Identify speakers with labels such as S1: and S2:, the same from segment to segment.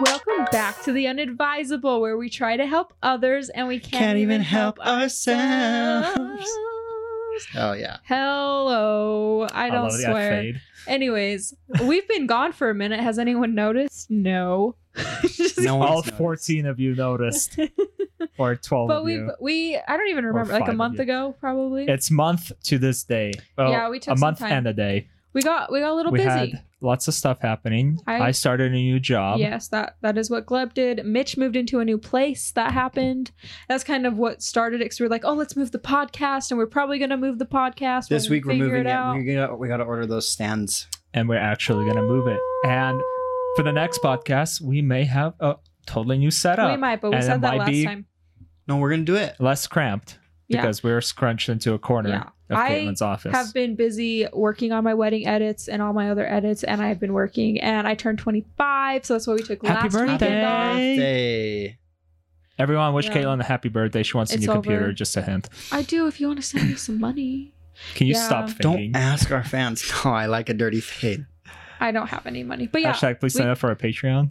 S1: Welcome back to the Unadvisable, where we try to help others and we can't, even help ourselves.
S2: Oh yeah.
S1: Hello, I don't
S3: love that
S1: swear.
S3: fade.
S1: Anyways, we've been gone for a minute. Has anyone noticed? No. Just-
S2: No
S3: All
S2: one's noticed.
S3: 14 of you noticed, or 12
S1: but
S3: of
S1: we
S3: you.
S1: we I don't even remember like
S3: five
S1: a
S3: of
S1: month
S3: you.
S1: ago probably.
S3: It's month to this day. Well,
S1: yeah, we took
S3: a
S1: some
S3: month
S1: time.
S3: and a day.
S1: we got we got a little
S3: we
S1: busy.
S3: had lots of stuff happening.
S1: I-
S3: I, started a new job.
S1: Yes, that that is what Gleb did. Mitch moved into a new place. That happened. That's kind of what started it. 'cause we were like, oh, let's move the podcast, and we're probably gonna move the podcast
S2: This
S1: when we
S2: week we're
S1: figure
S2: moving it.
S1: it out.
S2: We gotta we gotta order those stands.
S3: and we're actually gonna move it. And for the next podcast, we may have a totally new setup,
S1: We might, but we
S3: And it
S1: said that
S3: might
S1: last
S3: be-
S1: time.
S2: No, we're gonna do it.
S3: less cramped
S1: Yeah.
S3: because we were scrunched into a corner
S1: Yeah.
S3: of
S1: I
S3: Caitlin's office.
S1: Have been busy working on my wedding edits and all my other edits, and I have been working. And I turned 25, so that's what we took
S3: Happy
S1: last weekend off.
S3: birthday!
S2: Hey.
S3: Everyone wish
S1: Yeah.
S3: Caitlin a happy birthday. She wants a
S1: It's
S3: new computer.
S1: over.
S3: Just a hint.
S1: I do. If you want to send me some money,
S3: Can you
S1: Yeah.
S3: stop thinking?
S2: Don't ask our fans. No, I like a dirty fade.
S1: I don't have any money, but yeah.
S3: Hashtag please
S1: we-
S3: sign up for our Patreon.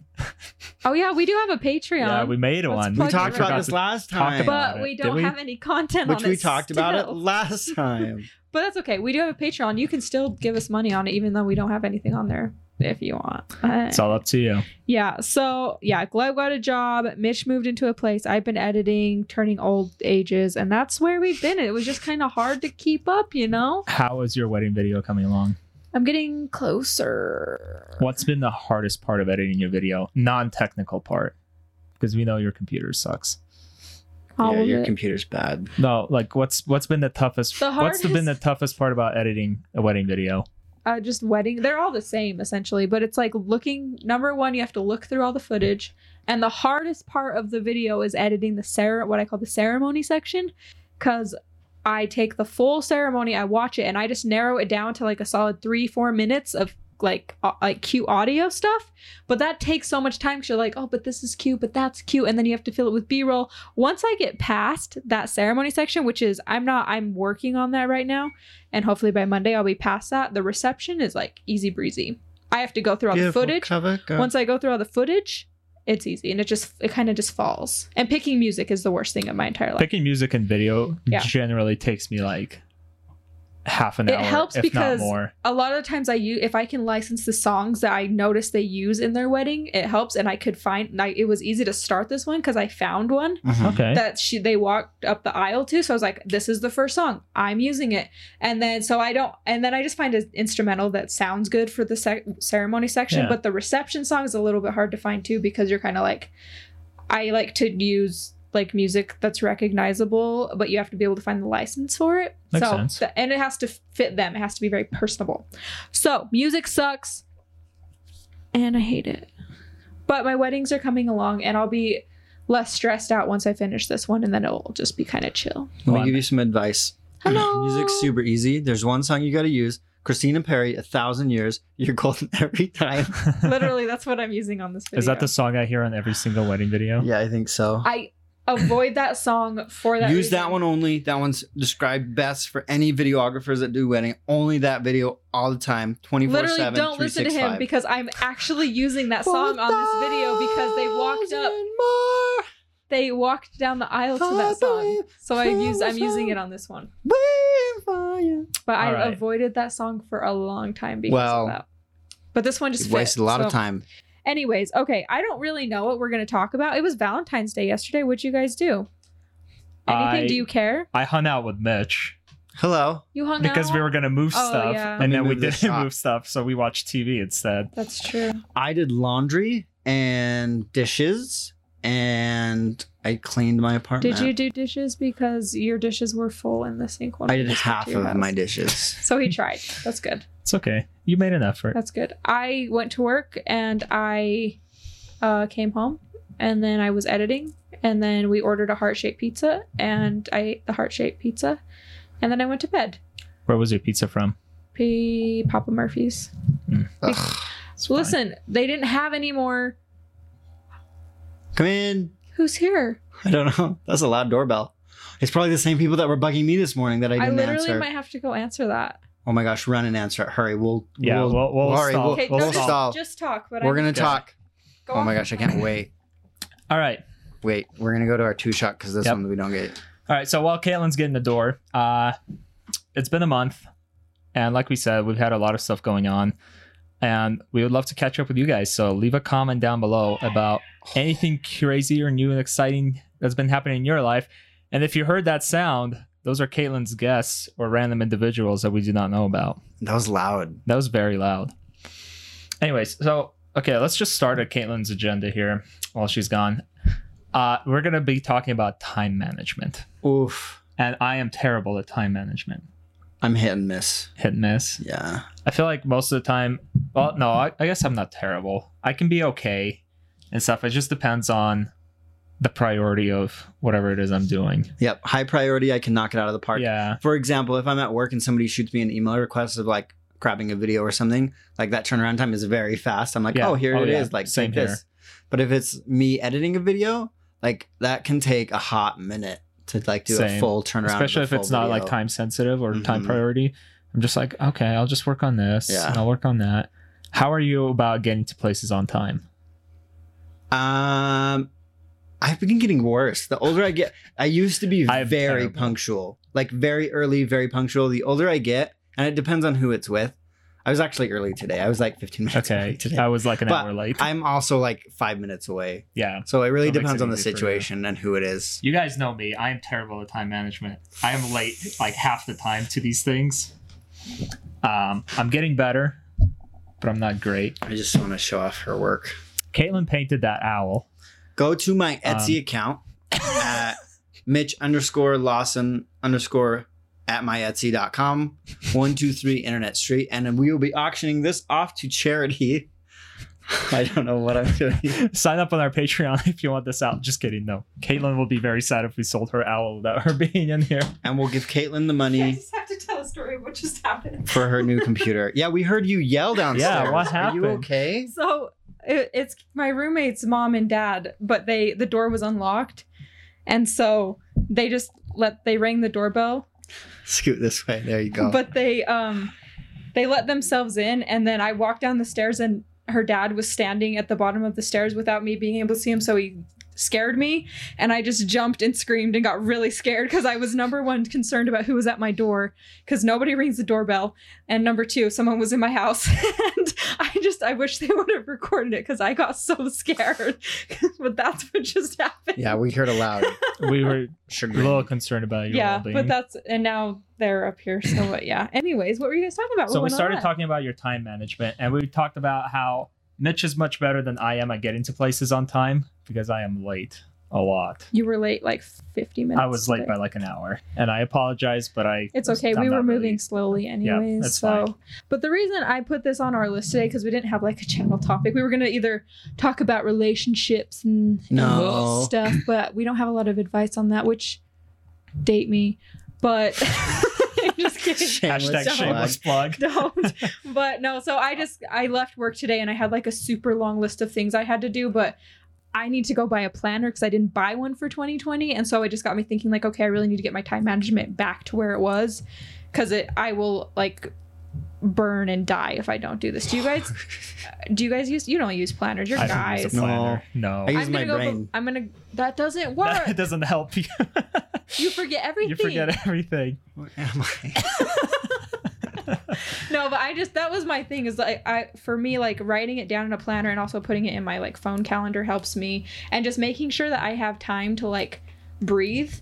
S1: oh yeah, we do have a Patreon.
S3: Yeah, we made
S1: Let's
S3: one.
S2: We
S1: Plug
S2: talked
S1: it.
S2: about this
S3: Forgot
S2: last
S3: talk
S2: time.
S3: about
S1: but
S3: it.
S1: we
S3: Did
S1: don't
S3: we?
S1: have any content
S2: which
S1: on it.
S2: we talked about it
S1: still.
S2: last time.
S1: But that's okay. We do have a Patreon. You can still give us money on it, even though we don't have anything on there if you want. Uh,
S3: to- It's all up to you.
S1: yeah. So, yeah, Gleb got a job. Mitch moved into a place. I've been editing, turning old ages, and that's where we've been. It was just kind of hard to keep up, you know?
S3: How is your wedding video coming along?
S1: I'm getting closer.
S3: What's been the hardest part of editing your video? Non-technical part, because we know your computer sucks.
S1: All
S2: yeah,
S1: of
S2: your
S1: it.
S2: computer's bad.
S3: No, like what's what's been the toughest?
S1: The
S3: what's been the
S1: hardest-
S3: toughest part about editing a wedding video?
S1: uh, just wedding. They're all the same essentially, but it's like looking. Number one, you have to look through all the footage, and the hardest part of the video is editing the cere- what I call the ceremony section, because I take the full ceremony, I watch it, and I just narrow it down to like a solid three, four minutes of like au- like cute audio stuff. But that takes so much time because you're like, oh, but this is cute, but that's cute, and then you have to fill it with B-roll. Once I get past that ceremony section, which is I'm not, I'm working on that right now and hopefully by Monday I'll be past that. The reception is like easy breezy. I have to go through all
S2: Beautiful
S1: the footage.
S2: cover girl.
S1: Once I go through all the footage, it's easy and it just it kind of just falls. And picking music is the worst thing of my entire life.
S3: Picking music and video
S1: Yeah.
S3: generally takes me like half an
S1: It
S3: hour,
S1: helps
S3: if
S1: because-
S3: not more.
S1: a lot of times I use if I can license the songs that I notice they use in their wedding, it helps and I could find I, it was easy to start this one cuz I found one
S2: Mhm.
S3: Okay.
S1: that she they walked up the aisle to. So I was like, this is the first song. I'm using it. And then so I don't and then I just find an instrumental that sounds good for the sec- ceremony section,
S3: Yeah.
S1: but the reception song is a little bit hard to find too because you're kind of like I like to use like music that's recognizable, but you have to be able to find the license for it.
S3: Makes
S1: so
S3: sense.
S1: th- and it has to fit them. It has to be very personable. So music sucks and I hate it. But my weddings are coming along and I'll be less stressed out once I finish this one, and then it'll just be kind of chill.
S2: Let me
S3: One.
S2: give you some advice.
S1: Hello.
S2: Music's super easy. There's one song you gotta use. Christina Perry, A Thousand Years. You're golden every time.
S1: Literally, that's what I'm using on this video.
S3: Is that the song I hear on every single wedding video?
S2: yeah, I think so.
S1: I avoid that song for that.
S2: Use that
S1: reason.
S2: one only. That one's described best for any videographers that do wedding. Only that video all the time, 24
S1: Literally,
S2: 7.
S1: don't listen to him because I'm actually using that song on this video because they walked up,
S2: More.
S1: they walked down the aisle to that song. So I use, I'm using it on this one. But I
S3: All right.
S1: avoided that song for a long time because
S2: Well,
S1: of that. But this one just
S2: You've wasted
S1: fit,
S2: a lot
S1: so-
S2: of time.
S1: Anyways, okay, I don't really know what we're gonna talk about. It was Valentine's Day yesterday. What'd you guys do? Anything?
S3: I-
S1: do you care?
S3: I hung out with Mitch
S2: Hello.
S1: You hung out
S3: because we were gonna move
S1: Oh,
S3: stuff,
S1: yeah.
S3: and
S2: Let me
S3: then we
S2: move this
S3: didn't
S2: up.
S3: move stuff, so we watched TV instead.
S1: That's true.
S2: I did laundry and dishes and I cleaned my apartment.
S1: Did you do dishes because your dishes were full in the sink? When
S2: I
S1: we
S2: did
S1: just went
S2: half
S1: to your
S2: of
S1: house?
S2: my dishes.
S1: So he tried. That's good.
S3: It's okay. You made an effort.
S1: That's good. I went to work and I uh, came home and then I was editing and then we ordered a heart shaped pizza and I ate the heart shaped pizza and then I went to bed.
S3: Where was your pizza from?
S1: P Papa Murphy's.
S2: Ugh.
S3: It's
S1: Well,
S3: fine.
S1: Listen, they didn't have any more.
S2: Come in.
S1: Who's here?
S2: I don't know. That's a loud doorbell. It's probably the same people that were bugging me this morning that I
S1: I,
S2: didn't
S1: literally
S2: answer.
S1: might have to go answer that.
S2: Oh my gosh, run and answer it. Hurry. We'll
S3: Yeah, we'll- we'll
S2: hurry,
S3: stall.
S2: we'll,
S1: Okay,
S3: we'll
S1: no,
S2: we'll
S1: just,
S2: stall.
S1: just talk. But
S2: We're
S1: I,
S2: gonna
S3: Yeah.
S2: talk.
S1: Go
S2: oh my
S1: on.
S2: gosh, I can't wait.
S3: All right.
S2: Wait, we're gonna go to our two shot because this
S3: Yep.
S2: one we don't get.
S3: All right, so while Caitlin's getting the door, uh, it's been a month, and like we said, we've had a lot of stuff going on, and we would love to catch up with you guys. So leave a comment down below about anything crazy or new and exciting that's been happening in your life, and if you heard that sound, those are Caitlin's guests or random individuals that we do not know about.
S2: That was loud.
S3: That was very loud. Anyways, so okay, let's just start at Caitlin's agenda here while she's gone. Uh, we're gonna be talking about time management
S2: Oof.
S3: and I am terrible at time management.
S2: I'm hit and miss.
S3: Hit and miss.
S2: Yeah.
S3: I feel like most of the time, well, no, I, I guess I'm not terrible. I can be okay and stuff. It just depends on the priority of whatever it is I'm doing.
S2: Yep. High priority. I can knock it out of the park.
S3: Yeah.
S2: For example, if I'm at work and somebody shoots me an email request of like grabbing a video or something, like that turnaround time is very fast. I'm like,
S3: Yeah.
S2: oh, here
S3: Oh,
S2: it is.
S3: yeah.
S2: Like,
S3: Same
S2: take this. But if it's me editing a video, like that can take a hot minute to like do a
S3: Same.
S2: full turnaround. of
S3: Especially
S2: a
S3: if it's
S2: full
S3: not like
S2: video.
S3: time sensitive or time
S2: Mhm.
S3: priority. I'm just like, okay, I'll just work on this
S2: Yeah.
S3: and I'll work on that. How are you about getting to places on time?
S2: Um, I've been getting worse. The older I get, I used to be
S3: I am
S2: very
S3: terrible.
S2: punctual, like very early, very punctual. The older I get, and it depends on who it's with. I was actually early today. I was like 15 minutes
S3: Okay.
S2: early today.
S3: I was like an
S2: But
S3: hour late.
S2: I'm also like five minutes away.
S3: yeah.
S2: So it really
S3: That makes
S2: depends
S3: it
S2: on the
S3: easy for you.
S2: situation and who it is.
S3: You guys know me. I am terrible at time management. I am late like half the time to these things. Um, I'm getting better, but I'm not great.
S2: I just want to show off her work.
S3: Caitlin painted that owl.
S2: Go to my Etsy
S3: Um,
S2: account at Mitch underscore Lawson underscore at my Etsy.com, 123 Internet Street. And then we will be auctioning this off to charity. I don't know what I'm doing.
S3: Sign up on our Patreon if you want this out. Just kidding. No, Caitlin will be very sad if we sold her owl without her being in here.
S2: And we'll give Caitlin the
S1: I
S2: money
S1: just have to tell a story of what just happened.
S2: for her new computer. Yeah, we heard you yell downstairs.
S3: what
S2: Are you
S3: happened?
S2: okay?
S1: So it, it's my roommate's mom and dad, but they the door was unlocked, and so they just let they rang the doorbell,
S2: Scoot this way. There you go.
S1: but they um they let themselves in, and then I walked down the stairs, and her dad was standing at the bottom of the stairs without me being able to see him, so he scared me and I just jumped and screamed and got really scared because I was number one concerned about who was at my door because nobody rings the doorbell and number two someone was in my house and I just I wish they would have recorded it because I got so scared but that's what just happened
S2: yeah, we heard a loud
S3: We were a
S2: chagrin.
S3: little concerned about your
S1: yeah
S3: well-being.
S1: but that's and now they're up here so what yeah anyways what were you guys talking about
S3: so
S1: What
S3: we
S1: went on
S3: started
S1: that?
S3: talking about your time management, and we talked about how Mitch is much better than I am at getting to places on time because I am late a lot.
S1: you were late like 50 minutes
S3: I was late by like an hour, and I apologize, but I.
S1: It's okay.
S3: I'm
S1: we
S3: not
S1: were
S3: really-
S1: moving slowly anyways.
S3: that's
S1: so but the reason I put this on our list today because we didn't have like a channel topic. We were gonna either talk about relationships and, and
S2: No.
S1: stuff, but we don't have a lot of advice on that, which date me. But I'm just kidding.
S2: Shameless
S3: Hashtag
S1: plug.
S3: shameless plug.
S1: don't but no so i just i left work today and i had like a super long list of things i had to do but i need to go buy a planner because i didn't buy one for 2020 and so it just got me thinking like okay i really need to get my time management back to where it was because it i will like burn and die if i don't do this do you guys do you guys use you don't use planners you're
S3: I don't
S1: guys
S3: use a planner. No.
S2: I use
S1: i'm
S2: my
S1: gonna go
S2: brain.
S1: i'm gonna that doesn't work
S3: That doesn't help you.
S1: you forget everything
S3: you forget everything.
S2: Where am I?
S1: No, but I just that was my thing is like I for me like writing it down in a planner and also putting it in my like phone calendar helps me and just making sure that I have time to like breathe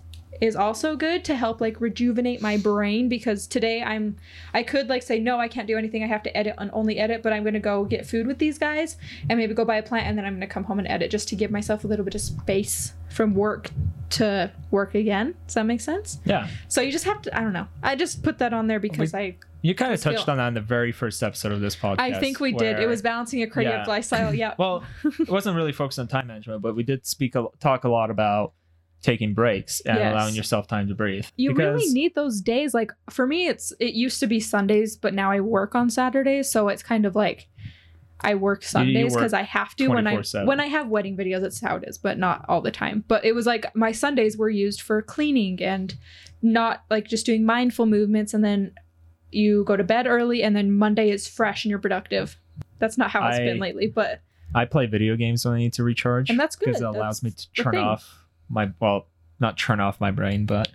S1: is also good to help like rejuvenate my brain because today I'm I could like say no I can't do anything I have to edit and only edit but I'm going to go get food with these guys and maybe go buy a plant and then I'm going to come home and edit just to give myself a little bit of space from work to work again. Does that make sense?
S3: Yeah.
S1: So you just have to I don't know. I just put that on there because I
S3: You kind of
S1: Just feel-
S3: touched on that in the very first episode of this podcast.
S1: I think we did. It
S3: where-
S1: was balancing a creative
S3: Yeah.
S1: lifestyle. Yeah.
S3: Well, it wasn't really focused on time management, but we did speak a, talk a lot about taking breaks and
S1: Yes.
S3: allowing yourself time to breathe.
S1: you really
S3: Because-
S1: need those days. Like for me, it's it used to be Sundays, but now I work on Saturdays, so it's kind of like I work Sundays
S3: work
S1: because I have to when I
S3: 24/7.
S1: when I have wedding videos. That's how it is, but not all the time. But it was like my Sundays were used for cleaning and not like just doing mindful movements, and then you go to bed early, and then Monday is fresh and you're productive. That's not how it's
S3: I-
S1: been lately, but
S3: I play video games when I need to recharge
S1: And that's good.
S3: because it allows
S1: That's
S3: me to
S1: the
S3: turn
S1: thing.
S3: off my well, not turn off my brain, but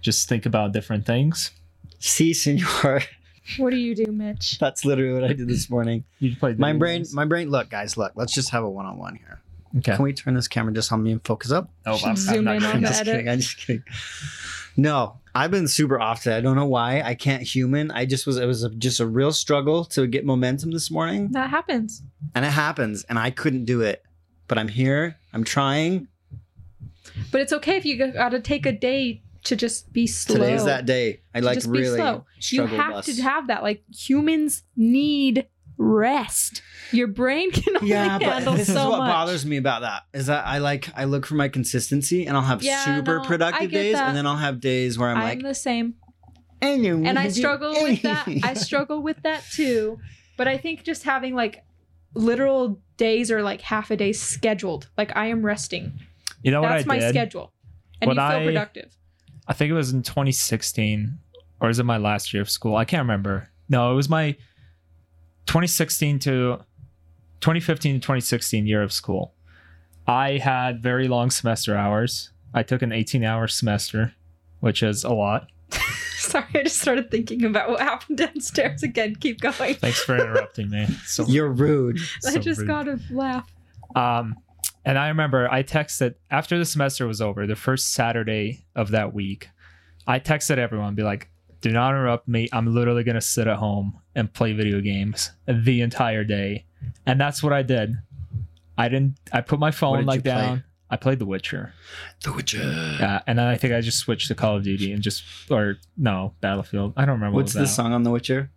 S3: just think about different things.
S2: See, senor,
S1: What do you do, Mitch?
S2: that's literally what I did this morning.
S3: You play
S2: My
S3: video
S2: brain,
S3: games?
S2: my brain. Look, guys, look. Let's just have a one-on-one here.
S3: okay.
S2: Can we turn this camera just on me and focus up?
S3: Oh,
S1: Should zoom in
S3: gonna-
S1: on
S2: I'm
S1: the
S2: just
S1: edit.
S2: kidding. I'm just kidding. No, I've been super off today. I don't know why. I can't human. I just was. It was a, just a real struggle to get momentum this morning,
S1: That happens.
S2: and it happens. And I couldn't do it, but I'm here. I'm trying.
S1: But it's okay if you g- gotta take a day to just be slow.
S2: Today's that day. I
S1: To
S2: like
S1: just be
S2: really
S1: slow. You
S2: struggle.
S1: have
S2: bus.
S1: to have that. Like humans need rest. Your brain can only
S2: yeah,
S1: handle
S2: but this
S1: so
S2: is what
S1: much.
S2: bothers me about that is that I like I look for my consistency and I'll have
S1: Yeah,
S2: super
S1: no, I
S2: productive
S1: get
S2: days
S1: that.
S2: and then I'll have days where I'm,
S1: I'm
S2: like
S1: the same.
S2: and, you-
S1: and I struggle with that. I struggle with that too. But I think just having like literal days or like half a day scheduled, like I am resting.
S3: You know what I
S1: That's
S3: did?
S1: my schedule. And
S3: What
S1: you feel
S3: I-
S1: productive.
S3: I think it was in 2016, or is it my last year of school? I can't remember. No, it was my 2016 to 2015 to 2016 year of school. I had very long semester hours. I took an 18 hour semester, which is a lot.
S1: Sorry, I just started thinking about what happened downstairs again. Keep going.
S3: Thanks for interrupting me. So,
S2: You're rude.
S1: I
S3: so
S1: just
S3: rude.
S1: gotta laugh.
S3: Um, and I remember I texted after the semester was over, the first Saturday of that week, I texted everyone, be like, do not interrupt me. I'm literally going to sit at home and play video games the entire day. And that's what I did. I didn't, I put my phone
S2: did you
S3: like
S2: play?
S3: down. I played The Witcher.
S2: The Witcher.
S3: Uh, and then I think I just switched to Call of Duty and just, or no, Battlefield. I don't remember.
S2: What's
S3: what
S2: the
S3: was out.
S2: song on The Witcher?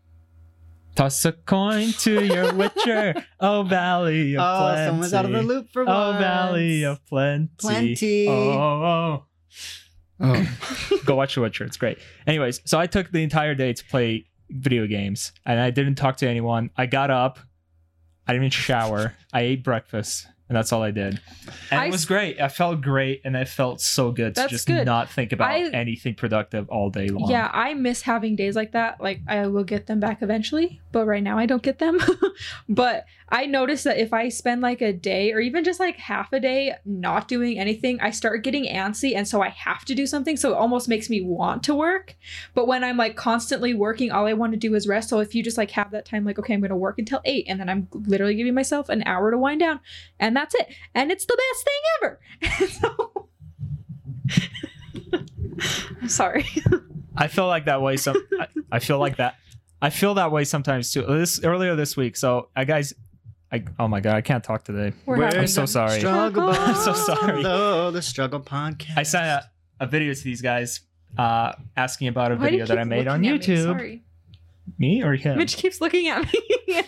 S3: Toss a coin to your Witcher. oh, Valley of
S2: Oh,
S3: Plenty.
S2: loop for
S3: Oh, Valley of Plenty.
S2: Plenty.
S3: Oh, oh,
S2: Oh.
S3: oh. go watch The Witcher. It's great. Anyways, so I took the entire day to play video games and I didn't talk to anyone. I got up. I didn't even shower. I ate breakfast. And that's all I did. And
S1: I
S3: it was great. I felt great and I felt so good to
S1: That's
S3: just
S1: good.
S3: not think about
S1: I-
S3: anything productive all day long.
S1: Yeah, I miss having days like that. Like I will get them back eventually, but right now I don't get them. but I notice that if I spend like a day or even just like half a day not doing anything, I start getting antsy and so I have to do something. So it almost makes me want to work. But when I'm like constantly working, all I want to do is rest. So if you just like have that time like okay, I'm going to work until 8 and then I'm literally giving myself an hour to wind down and that's it. And it's the best thing ever. so I'm sorry.
S3: I feel like that way some I, I feel like that I feel that way sometimes too. This earlier this week. So I guys I oh my god, I can't talk today.
S1: We're
S2: Where
S1: having
S3: I'm so
S1: them.
S3: sorry.
S2: Struggle
S1: I'm so
S3: sorry.
S2: Hello, the Struggle Podcast.
S3: I uh, sent a, a video to these guys uh asking about a
S1: Why do you
S3: video that I
S1: keep
S3: made on
S1: looking at me?
S3: YouTube.
S1: Sorry.
S3: Me or him?
S1: Mitch keeps looking at me.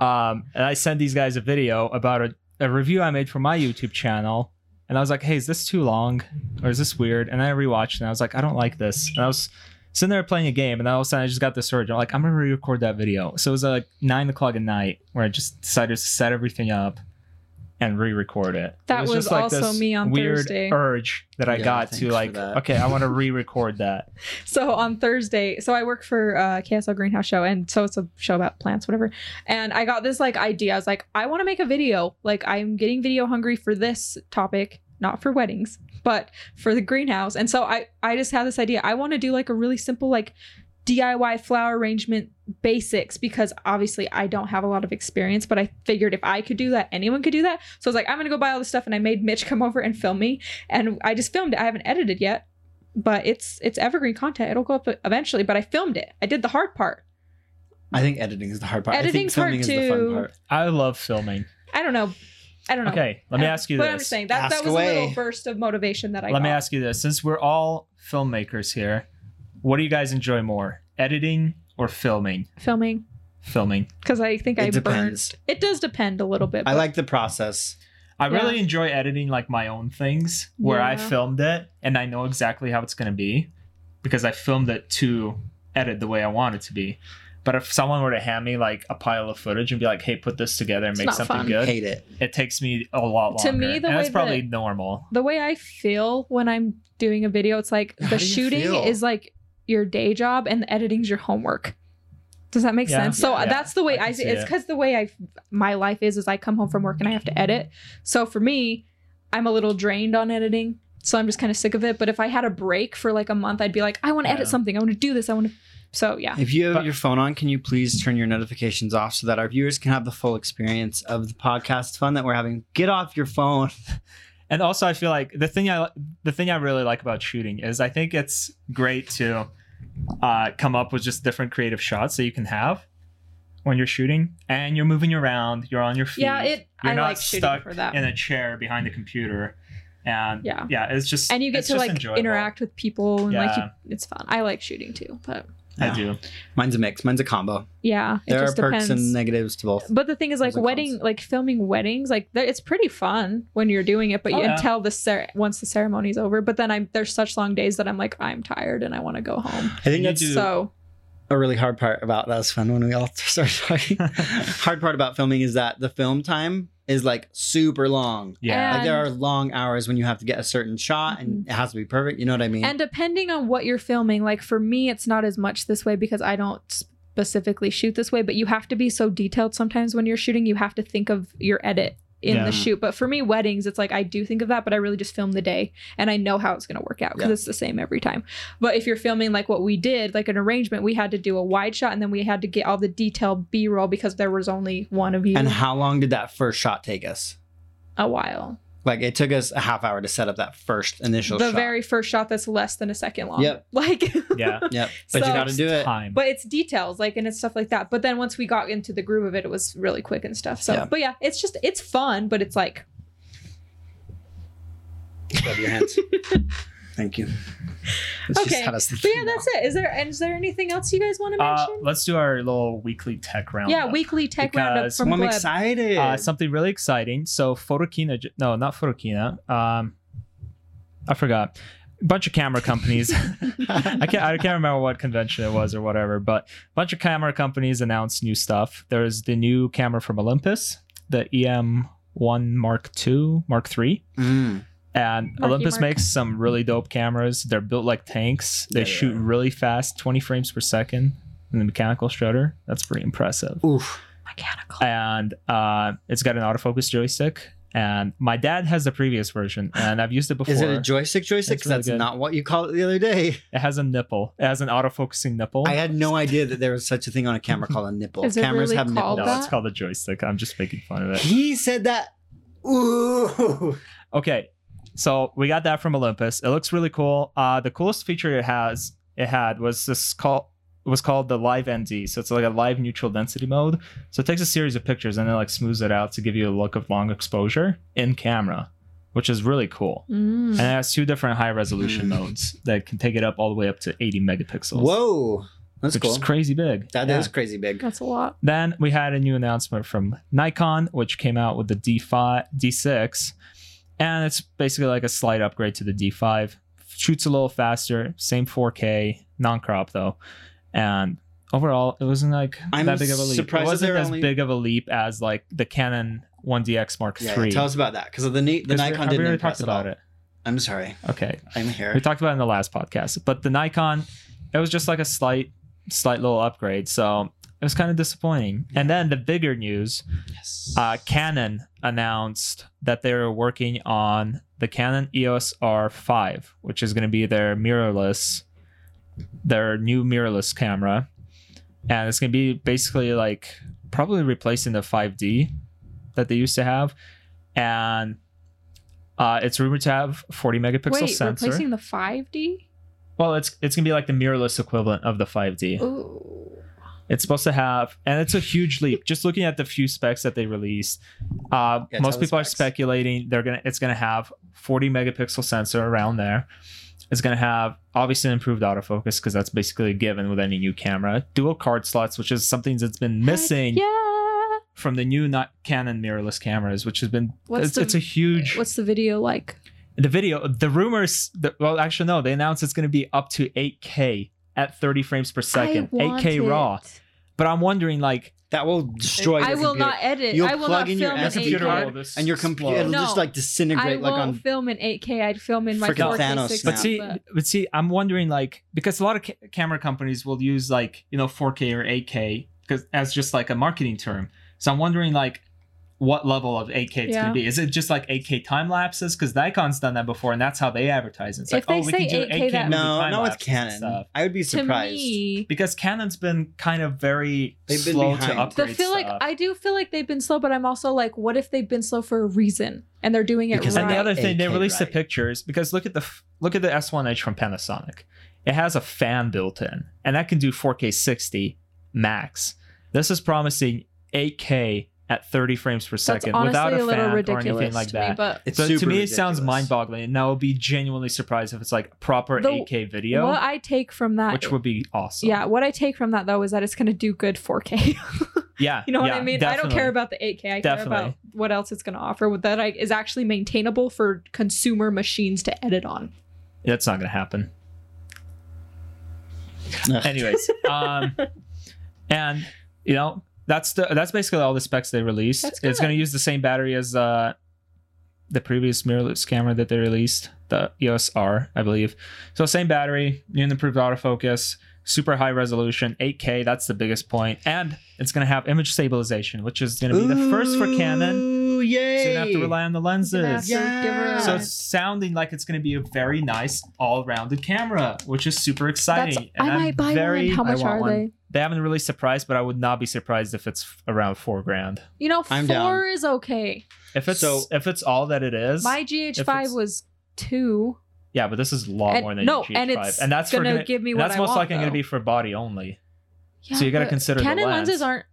S3: Um and I sent these guys a video about a, a review I made for my YouTube channel. And I was like, hey, is this too long? Or is this weird? And I rewatched it and I was like, I don't like this. And I was sitting there playing a game and all of a sudden I just got this urge. I'm like, I'm gonna re-record that video. So it was like nine o'clock at night where I just decided to set everything up and re-record it.
S1: That
S3: it
S1: was
S3: just like
S1: also
S3: this
S1: me on
S3: weird
S1: Thursday.
S3: urge that I
S2: Yeah,
S3: got
S2: thanks for
S3: to like,
S2: that.
S3: okay, I want to re-record that.
S1: so on Thursday, so I work for uh, KSL Greenhouse Show, and so it's a show about plants, whatever. And I got this like idea. I was like, I want to make a video. Like I'm getting video hungry for this topic, not for weddings, but for the greenhouse. And so I I just had this idea. I want to do like a really simple like DIY flower arrangement basics because obviously I don't have a lot of experience, but I figured if I could do that, anyone could do that. So I was like, I'm gonna go buy all this stuff, and I made Mitch come over and film me, and I just filmed it. I haven't edited yet, but it's it's evergreen content. It'll go up eventually. But I filmed it. I did the hard part.
S2: I think editing is the hard part. I think
S1: Editing's hard
S2: filming is the fun
S1: too.
S2: part.
S3: I love filming.
S1: I don't know. I don't know.
S3: Okay, let me ask you
S1: But
S3: this.
S1: I'm just saying that that
S2: Ask
S1: was a
S2: away.
S1: little burst of motivation that I
S3: Let
S1: got.
S3: me ask you this: since we're all filmmakers here, what do you guys enjoy more, editing or filming?
S1: filming
S3: Filming.
S1: because I think I
S2: It depends.
S1: burned. It does depend a little bit.
S2: I
S1: but-
S2: like the process.
S3: I
S1: Yeah.
S3: really enjoy editing like my own things where I
S1: Yeah.
S3: filmed it and I know exactly how it's gonna be because I filmed it to edit the way I want it to be. But if someone were to hand me like a pile of footage and be like, "Hey, put this together and
S1: It's
S3: make
S1: not
S3: something
S1: fun.
S3: good,"
S2: Hate it.
S3: it takes me a lot longer.
S1: To me, the
S3: and that's
S1: way
S3: probably normal.
S1: the way I feel when I'm doing a video, it's like
S2: How
S1: the
S2: do you
S1: shooting
S2: feel?
S1: is like your day job and the editing's your homework. Does that make
S3: Yeah.
S1: sense? So uh,
S3: Yeah.
S1: that's the way
S3: I
S1: I,
S3: can
S1: see
S3: see
S1: it's
S3: it.
S1: because the way I my life is is I come home from work and I have to edit. So for me, I'm a little drained on editing. So I'm just kind of sick of it. But if I had a break for like a month, I'd be like, I want to edit
S3: Yeah.
S1: something. I want to do this. I want to. So yeah,
S2: If you have
S3: But-
S2: your phone on, can you please turn your notifications off so that our viewers can have the full experience of the podcast fun that we're having? Get off your phone.
S3: and also I feel like the thing I the thing I really like about shooting is I think it's great to uh, come up with just different creative shots that you can have when you're shooting and you're moving around, you're on your feet.
S1: yeah. It
S3: you're
S1: I
S3: not
S1: like shooting
S3: stuck
S1: for that.
S3: in a chair behind the computer. And
S1: Yeah.
S3: it's just
S1: and you get
S3: it's
S1: to
S3: just
S1: like
S3: enjoyable.
S1: interact with people and like
S3: Yeah.
S1: you, it's fun. I like shooting too, but
S3: I do.
S2: Mine's a mix. Mine's a combo.
S1: yeah, it
S2: There are
S1: just
S2: perks
S1: depends.
S2: and negatives to both.
S1: But the thing is, like
S2: Pros and
S1: wedding,
S2: cons.
S1: like filming weddings, like th- it's pretty fun when you're doing it. But
S3: Oh,
S1: you,
S3: yeah.
S1: until the cer- once the ceremony's over, but then I'm there's such long days that I'm like I'm tired and I want to go home.
S2: I
S3: You
S2: think that's
S3: do-
S1: So
S2: a really hard part about that was fun when we all started talking. hard part about filming is that the film time is like super long.
S3: Yeah.
S2: Like there are long hours when you have to get a certain shot and it has to be perfect. You know what I mean?
S1: Mm-hmm. and depending on what you're filming, like for me, it's not as much this way because I don't specifically shoot this way. But you have to be so detailed sometimes when you're shooting. You have to think of your edit in
S3: Yeah.
S1: the shoot. But for me, weddings, it's like I do think of that, but I really just film the day and I know how it's going to work out because
S2: Yeah.
S1: it's the same every time. But if you're filming like what we did, like an arrangement, we had to do a wide shot and then we had to get all the detailed B roll because there was only one of you
S2: and how long did that first shot take us?
S1: a while.
S2: Like it took us a half hour to set up that first initial
S1: the
S2: shot.
S1: very first shot that's less than a second long.
S2: Yep.
S1: Like,
S3: yeah.
S2: Yep. But
S1: So-
S2: you got to do it.
S3: Time.
S1: but it's details like and it's stuff like that but then once we got into the groove of it it was really quick and stuff so
S2: Yeah.
S1: but yeah it's just it's fun but it's like
S2: Rub your hands. Thank you. It's
S1: Okay.
S2: us
S1: but yeah that's it is there and is there anything else you guys want to
S3: Uh,
S1: mention
S3: let's do our little weekly tech round.
S1: yeah weekly tech roundup
S3: because-
S1: from
S2: I'm
S1: Gleb.
S2: excited.
S3: Uh, something really exciting. So Photokina, ju- no, not Photokina. Um, I forgot. A bunch of camera companies. I can't. I can't remember what convention it was or whatever. But a bunch of camera companies announced new stuff. There's the new camera from Olympus, the EM One Mark Two, Mark Three,
S2: Mm.
S3: and
S1: Marky
S3: Olympus
S1: Mark.
S3: makes some really dope cameras. They're built like tanks. They
S2: Yeah, they
S3: shoot
S2: are.
S3: really fast, 20 frames per second, in the mechanical shutter. That's pretty impressive
S2: Oof.
S1: mechanical
S3: and uh, it's got an autofocus joystick. And my dad has the previous version, and I've used it before.
S2: Is it a joystick joystick?
S3: It's
S2: 'Cause
S3: really
S2: that's
S3: good.
S2: not what you called it the other day.
S3: it has a nipple. It has an autofocusing nipple.
S2: I had no idea that there was such a thing on a camera called a nipple.
S1: Is it
S2: Cameras
S1: really
S2: have
S1: called
S2: nipples.
S3: no, it's
S1: that?
S3: called a joystick. I'm just making fun of it.
S2: He said that. Ooh.
S3: Okay, so we got that from Olympus. It looks really cool. Uh, the coolest feature it has, it had was this call was called the live ND. So it's like a live neutral density mode. So it takes a series of pictures and it like smooths it out to give you a look of long exposure in camera, which is really cool.
S1: Mm.
S3: and it has two different high resolution
S2: Mm.
S3: modes that can take it up all the way up to 80 megapixels.
S2: Whoa. That's
S3: which
S2: cool.
S3: is crazy big.
S2: That is
S3: Yeah.
S2: crazy big.
S1: that's a lot
S3: Then we had a new announcement from Nikon, which came out with the D5, D6, and it's basically like a slight upgrade to the D5. Shoots a little faster, same 4K, non-crop though, and overall it wasn't like
S2: I'm
S3: that big of a leap. it
S2: surprised that
S3: wasn't
S2: they're
S3: as
S2: only-
S3: big of a leap as like the Canon 1DX Mark
S2: Yeah,
S3: III.
S2: yeah, tell us about that because the ni- the
S3: 'Cause we-
S2: Nikon
S3: we
S2: didn't
S3: already
S2: impress
S3: talked about it.
S2: I'm sorry.
S3: Okay,
S2: I'm here.
S3: we talked about it in the last podcast but the nikon it was just like a slight slight little upgrade so it was kind of disappointing and then the bigger news
S2: yes.
S3: uh, canon announced that they're working on the canon E eos r5 which is going to be their mirrorless their new mirrorless camera and it's going to be basically like probably replacing the 5d that they used to have and uh, it's rumored to have 40 megapixel
S1: wait
S3: sensor
S1: replacing the 5d
S3: well, it's it's gonna be like the mirrorless equivalent of the 5D.
S1: Ooh.
S3: It's supposed to have, and it's a huge leap. Just looking at the few specs that they released, uh,
S2: Yeah,
S3: most
S2: tell the
S3: people are
S2: specs.
S3: speculating they're gonna it's gonna have 40 megapixel sensor around there. It's gonna have obviously improved autofocus because that's basically a given with any new camera. Dual card slots, which is something that's been missing
S1: yeah
S3: from the new not Canon mirrorless cameras, which has been
S1: What's
S3: it's,
S1: the-
S3: it's a huge
S1: what's the video like
S3: the video the rumors the, well actually no they announced it's going to be up to 8k at 30 frames per second
S1: I want
S3: 8k raw
S1: it.
S3: But I'm wondering, like,
S2: That will destroy your
S1: I will
S2: computer.
S1: not edit.
S2: You'll
S1: I will not
S2: plug in
S1: film
S2: your
S1: an
S2: SD
S1: eight
S2: card
S1: K.
S2: and your computer it'll
S1: No.
S2: just like
S1: I
S2: disintegrate like
S1: won't
S2: on
S1: film in eight K. I'd film in my
S2: Freaking
S1: 4K
S2: Thanos
S1: 60,
S2: now.
S3: But see,
S1: but-
S3: but see, I'm wondering like because a lot of ca- camera companies will use like you know 4K or 8K because as just like a marketing term. So I'm wondering like what level of 8K it's
S1: Yeah.
S3: gonna be. Is it just like 8K time lapses? Because Nikon's done that before, and that's how they advertise. it. It's
S1: If
S3: like,
S1: they
S3: oh, we
S1: say
S3: can do
S1: 8K
S3: 8K
S1: that-
S3: movie
S2: No,
S3: time
S2: no, it's
S3: lapse and
S2: canon.
S3: stuff.
S2: I would be
S1: to
S2: surprised.
S1: me,
S3: Because Canon's been kind of very
S2: They've been
S3: slow
S2: behind.
S3: to upgrade
S1: I feel like
S3: stuff.
S1: I do feel like they've been slow, but I'm also like, what if they've been slow for a reason and they're doing it
S2: Because-
S1: right?
S3: and the other thing, they
S2: 8K,
S3: released the
S2: right.
S3: pictures because look at the f- look at the S1H from Panasonic. It has a fan built in, and that can do 4K 60 max. This is promising 8K at 30 frames per
S1: That's
S3: second
S1: honestly
S3: without a,
S1: a little
S3: fan or
S1: ridiculous
S3: anything like
S1: to me,
S3: that.
S1: but
S2: It's
S3: so to
S2: super
S3: me, it sounds
S2: ridiculous.
S3: mind-boggling, and I will be genuinely surprised if it's like proper
S1: The-
S3: 8K video,
S1: what I take from that,
S3: which would be awesome.
S1: yeah, what I take from that though is that it's gonna do good 4K.
S3: yeah,
S1: you know what
S3: yeah,
S1: I mean? I don't
S3: definitely.
S1: care about the 8K. I
S3: Definitely.
S1: care about what else it's gonna offer with that I, is actually maintainable for consumer machines to edit on.
S3: That's not gonna happen.
S2: Ugh.
S3: Anyways, um, and you know that's the that's basically all the specs they released.
S1: That's
S3: It's
S1: good.
S3: going to use the same battery as uh, the previous mirrorless camera that they released, the EOS R, I believe. So same battery, new and improved autofocus, super high resolution, 8K. That's the biggest point, and it's going to have image stabilization, which is going to be the first for Canon.
S2: Ooh,
S3: So you
S2: yay!
S3: don't have to rely on the lenses.
S1: Give her- give her
S2: Yeah.
S1: a-
S3: So it's sounding like it's going to be a very nice all-rounded camera, which is super
S1: That's,
S3: exciting.
S1: I
S3: I'm
S1: might buy one. How
S2: I
S1: much
S2: want
S1: are
S2: one.
S1: they?
S3: They haven't released a price, but I would not be surprised if it's f- around four grand.
S1: You know,
S2: I'm down.
S1: four is okay.
S3: If it's
S2: So-
S3: if it's all that it is,
S1: My
S3: it's-
S1: GH5 was two.
S3: yeah, but this is a lot
S1: And-
S3: more than
S1: no,
S3: your GH5,
S1: and it's
S3: and that's for
S1: gonna
S3: gonna-
S1: give me
S3: and
S1: what
S3: that's
S1: I
S3: most
S1: want,
S3: likely going to
S1: though.
S3: be for body only. So you gotta
S1: but
S3: consider the
S1: Canon
S3: lens.
S1: lenses aren't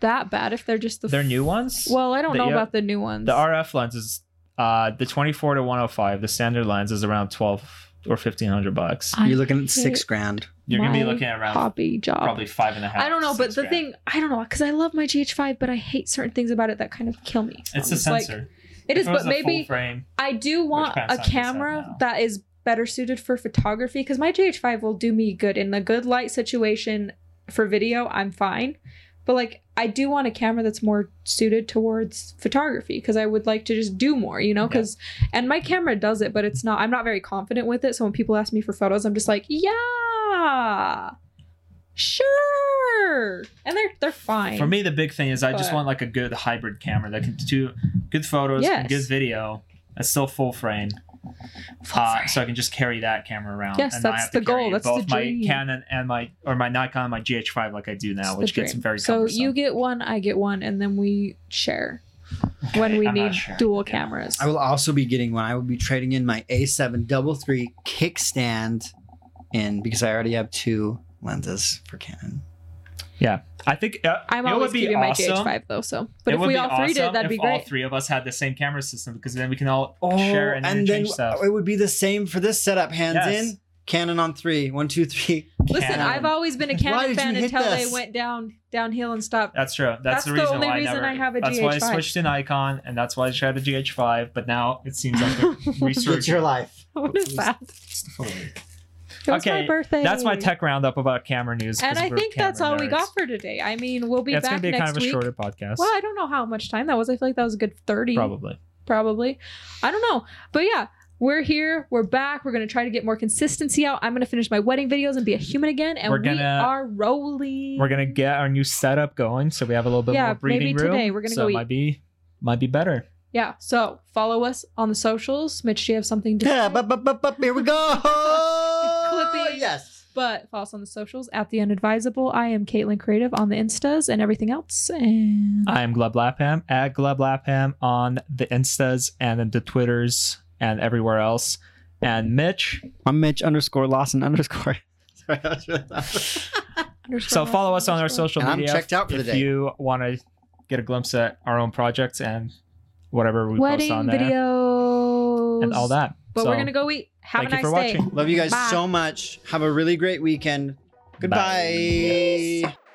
S1: that bad if they're just the
S3: Their
S1: f-
S3: new ones,
S1: Well, I don't
S3: the-
S1: know
S3: yeah,
S1: about the new ones.
S3: the RF lenses, uh, the 24 to 105, the standard lens is around 12 or 1500 bucks.
S1: I
S2: You're looking at
S1: hate
S2: six grand.
S3: You're gonna be
S1: my
S3: looking at around
S1: hobby job.
S3: probably five and a half.
S1: I don't know, but
S3: six
S1: the
S3: grand.
S1: thing I don't know because I love my GH5, but I hate certain things about it that kind of kill me.
S3: it's the
S1: Um, like,
S3: sensor.
S1: it
S3: If
S1: is,
S3: was
S1: but
S3: a full
S1: maybe
S3: frame.
S1: I do want
S3: Panasonic
S1: a
S3: does have
S1: camera
S3: now.
S1: that is better suited for photography because my GH5 will do me good in the good light situation for video. I'm fine, but like I do want a camera that's more suited towards photography because I would like to just do more, you know.
S3: Yeah.
S1: Because and my camera does it, but it's not. I'm not very confident with it. So when people ask me for photos, I'm just like, yeah, sure, and they're they're fine.
S3: For me, the big thing is I just
S1: But-
S3: want like a good hybrid camera that can do good photos,
S1: Yes.
S3: and good video. It's still full frame,
S1: Full
S3: uh,
S1: frame.
S3: so I can just carry that camera around.
S1: Yes,
S3: and not
S1: that's
S3: have to
S1: the goal,
S3: carry
S1: that's the
S3: both my
S1: dream.
S3: Canon and my or my Nikon, and my GH5, like I do now,
S1: It's the
S3: which gets
S1: dream.
S3: very
S1: so
S3: cumbersome.
S1: you get one, I get one, and then we share when we
S3: I'm not
S1: need
S3: sharing,
S1: dual
S3: yeah.
S1: cameras.
S2: I will also be getting one. I will be trading in my A733 kickstand in because I already have two lenses for Canon.
S3: I think uh,
S1: I'm
S3: it
S1: always
S3: would be
S1: keeping
S3: awesome.
S1: my GH5 though, so but
S3: It
S1: if
S3: would
S1: we
S3: be
S1: all three
S3: awesome
S1: did, that'd
S3: if
S1: be
S3: All
S1: great.
S3: three of us had the same camera system because then we can all share and,
S2: Oh, then
S3: interchange stuff.
S2: it would be the same for this setup. Hands
S3: Yes.
S2: in, Canon on three. One, two, three.
S1: Listen,
S3: Canon.
S1: I've always been a
S2: Why did
S1: Canon
S2: you
S1: fan
S2: hit
S1: until
S2: this?
S1: they went down downhill and stopped.
S3: That's true. That's,
S1: That's
S3: the
S1: the
S3: reason
S1: only
S3: why
S1: reason
S3: I never.
S1: I have a
S3: that's why I
S1: GH5.
S3: switched to Nikon, and that's why I tried the GH5. But now it seems like a
S2: It's
S3: research.
S2: your life.
S1: What is that? It was
S3: Okay,
S1: my birthday.
S3: That's my tech roundup about camera news. 'cause
S1: And I
S3: we're
S1: think that's
S3: camera
S1: all we
S3: nerds.
S1: got for today. I mean, we'll be
S3: That's
S1: back
S3: gonna be
S1: next
S3: kind of a
S1: week.
S3: shorter podcast.
S1: well, I don't know how much time that was. I feel like that was a good thirty.
S3: Probably.
S1: probably. I don't know. But yeah, we're here. We're back. We're going to try to get more consistency out. I'm going to finish my wedding videos and be a human again. And
S3: We're
S1: we're
S3: gonna-
S1: we are rolling.
S3: We're gonna get our new setup going, so we have a little bit
S1: Yeah,
S3: more breathing
S1: maybe
S3: room.
S1: today. We're gonna
S3: so
S1: go
S3: it
S1: eat.
S3: might be might be better.
S1: Yeah. So follow us on the socials. Mitch, do you have something to
S2: Yeah,
S1: say?
S2: but, but, but, but, here we go.
S1: Clipping.
S2: Yes.
S1: But follow us on the socials at the unadvisable. I am Caitlin Creative on the Instas and everything else. And
S3: I am Gleb Lapham at Gleb Lapham on the Instas and in the Twitters and everywhere else. And Mitch,
S2: I'm Mitch underscore Lawson underscore. Sorry, that was really loud.
S3: so follow us on our social
S2: And I'm
S3: media.
S2: checked out for the
S3: if
S2: day.
S3: you want to get a glimpse at our own projects and whatever we
S1: wedding
S3: post on there
S1: videos
S3: and all that.
S1: But
S3: So,
S1: we're gonna go eat. Have
S3: thank
S1: a
S3: you
S1: nice
S3: for
S1: day.
S3: watching.
S2: Love you guys
S1: Bye.
S2: so much. Have a really great weekend. Goodbye.
S3: Bye.